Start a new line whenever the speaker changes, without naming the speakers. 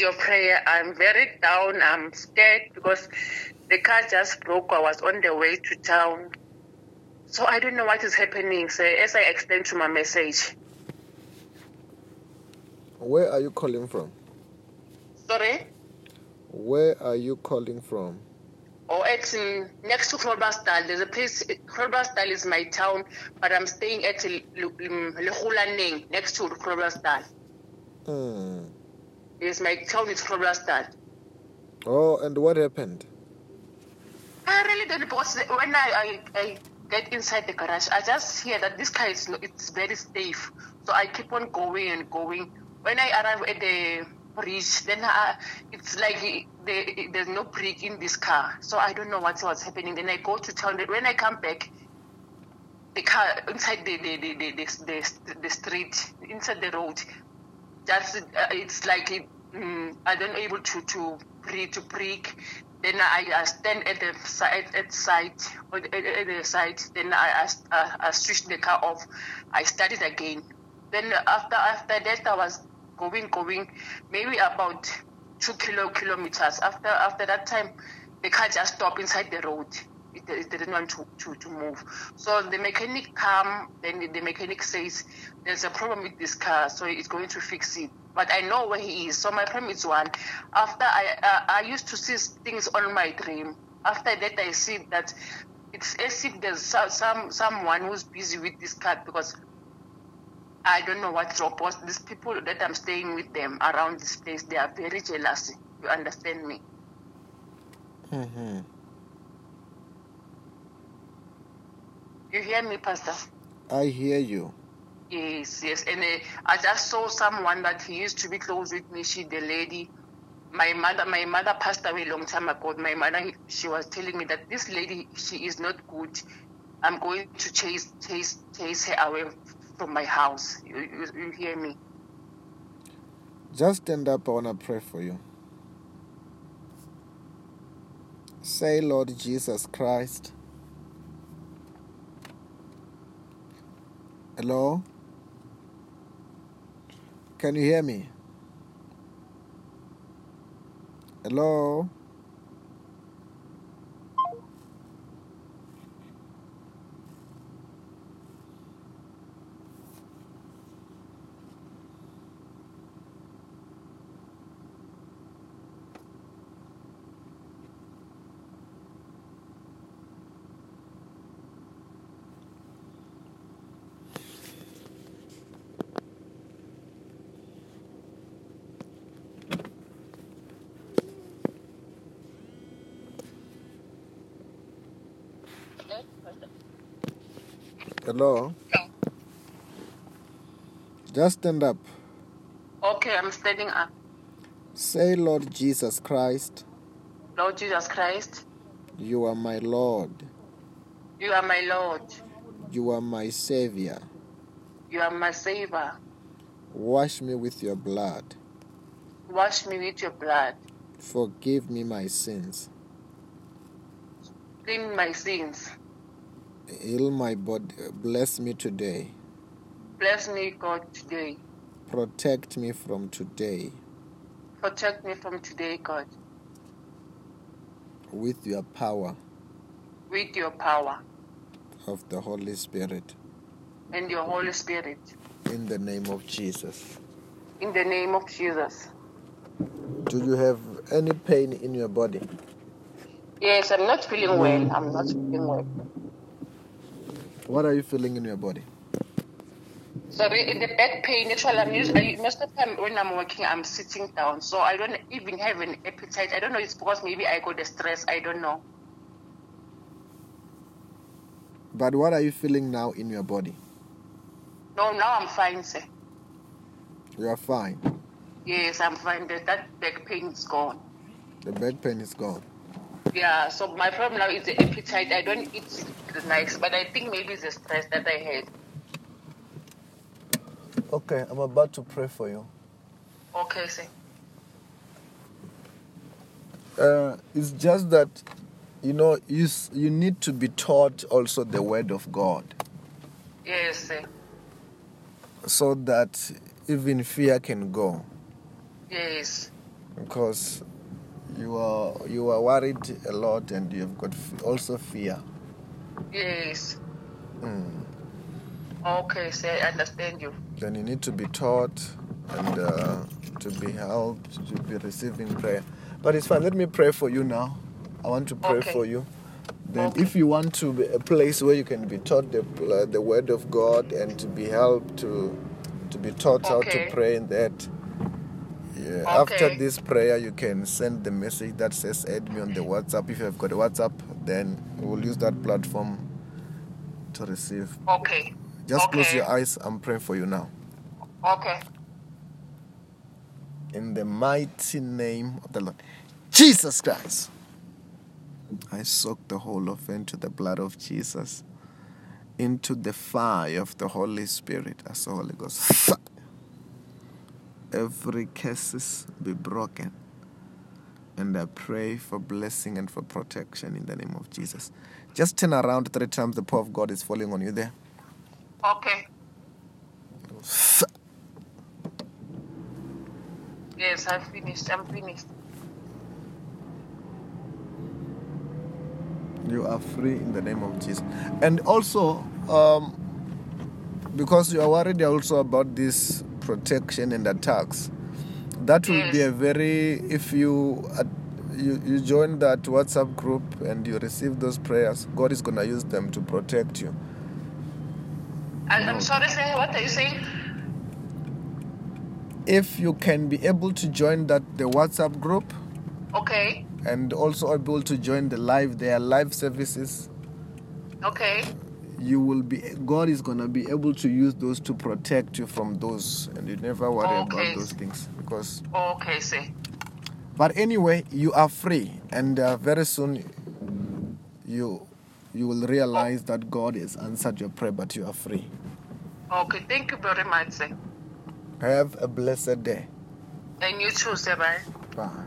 your prayer. I'm very down. I'm scared because the car just broke. I was on the way to town. So I don't know what is happening, sir, as I explained to my message.
Where are you calling from?
Sorry?
Where are you calling from?
Or at um, next to Krobastal, there's a place, Krobastal is my town, but I'm staying at L- L- um, Lehulaneng, next to Krobastal.
Hmm.
Yes, my town is Krobastal.
Oh, and what happened?
I Uh, really don't because the- when I, I, I get inside the garage, I just hear that this car is no- it's very safe. So I keep on going and going. When I arrive at the bridge, then I, it's like i- the, there's no brake in this car. So I don't know what was happening. Then I go to town. When I come back, the car inside the the, the, the, the, the, the street, inside the road, just uh, it's like it, mm, I don't able to to breathe to breathe. Then I, I stand at the side at side at, at at the side. Then I, I I- I switch the car off. I started again. Then after after that I was going going maybe about two kilo kilometers. After after that time, the car just stopped inside the road it, it didn't want to, to, to move. So the mechanic come, then the, the mechanic says there's a problem with this car, so it's going to fix it. But I know where he is. So my problem is one. After I I, I used to see things on my dream. After that, I see that it's as if there's so- some someone who's busy with this car because I don't know what's up. But These people that I'm staying with them around this place, they are very jealous. You understand me?
Mm-hmm.
You hear me, Pastor?
I hear you.
Yes, yes. And uh, I just saw someone that he used to be close with me. She, the lady, my mother, my mother passed away a long time ago. My mother, she was telling me that this lady, she is not good. I'm going to chase, chase, chase her away from my house. You, you, you hear me?
Just stand up. I want to pray for you. Say, Lord Jesus Christ. Hello? Can you hear me? Hello? Hello? Just stand up.
Okay, I'm standing up.
Say, Lord Jesus Christ,
Lord Jesus Christ,
you are my Lord.
you are my Lord.
You are my Savior.
You are my Savior.
Wash me with your blood.
Wash me with your blood.
Forgive me my sins.
Clean my sins.
Heal my body. Bless me today.
Bless me, God, today.
Protect me from today
Protect me from today, God,
with your power
with your power.
of the Holy Spirit.
and your Holy Spirit.
In the name of Jesus.
In the name of Jesus.
Do you have any pain in your body?
Yes, I'm not feeling well. I'm not feeling well.
What are you feeling in your body?
Sorry, in the back pain. Actually, I'm usually, most of the time when I'm working, I'm sitting down, so I don't even have an appetite. I don't know. It's because maybe I got the stress. I don't know.
But what are you feeling now in your body?
No, now I'm fine, sir.
You are fine.
Yes, I'm fine. That, that back pain is gone.
The back pain is gone.
Yeah. So my problem now is the appetite. I don't eat nice, but I think maybe it's the stress that I had.
Okay, I'm about to pray for you.
Okay, sir.
Uh, it's just that, you know, you, s- you need to be taught also the Word of God
Yes, sir.
so that even fear can go.
Yes.
because you are you are worried a lot and you've got f- also fear.
Yes.
Mm.
Okay, so I understand you.
Then you need to be taught and uh, to be helped to be receiving prayer. But it's fine. Let me pray for you now. I want to pray
Okay.
for you. Then,
Okay.
if you want to be a place where you can be taught the, uh, the word of God and to be helped to to be taught how
Okay.
to pray in that. Yeah. After
Okay.
this prayer, you can send the message that says "Add me" on the WhatsApp. If you have got a WhatsApp, then we will use that platform to receive.
Okay.
Just close
Okay.
your eyes. I'm praying for you now.
Okay.
In the mighty name of the Lord Jesus Christ. I soak the whole of into the blood of Jesus, into the fire of the Holy Spirit as the Holy Ghost. Fire. Every curses be broken. And I pray for blessing and for protection in the name of Jesus. Just turn around three times. The power of God is falling on you there.
Okay.
Fire.
Yes, I'm finished. I'm finished.
You are free in the name of Jesus. And also, um, because you are worried also about this protection and attacks, that will be a very if you uh, you, you join that WhatsApp group and you receive those prayers, God is gonna use them to protect you.
I,
No.
I'm sorry, sir. What are you saying?
If you can be able to join that the WhatsApp group
Okay.
and also able to join the live their live services,
Okay.
you will be God is gonna be able to use those to protect you from those, and you never worry
Okay.
about those things because.
Okay, sir.
But anyway, you are free, and uh, very soon you you will realize that God has answered your prayer, but you are free.
Okay. Thank you very much, sir.
Have a blessed day.
And you too, sir. Bye.
Bye.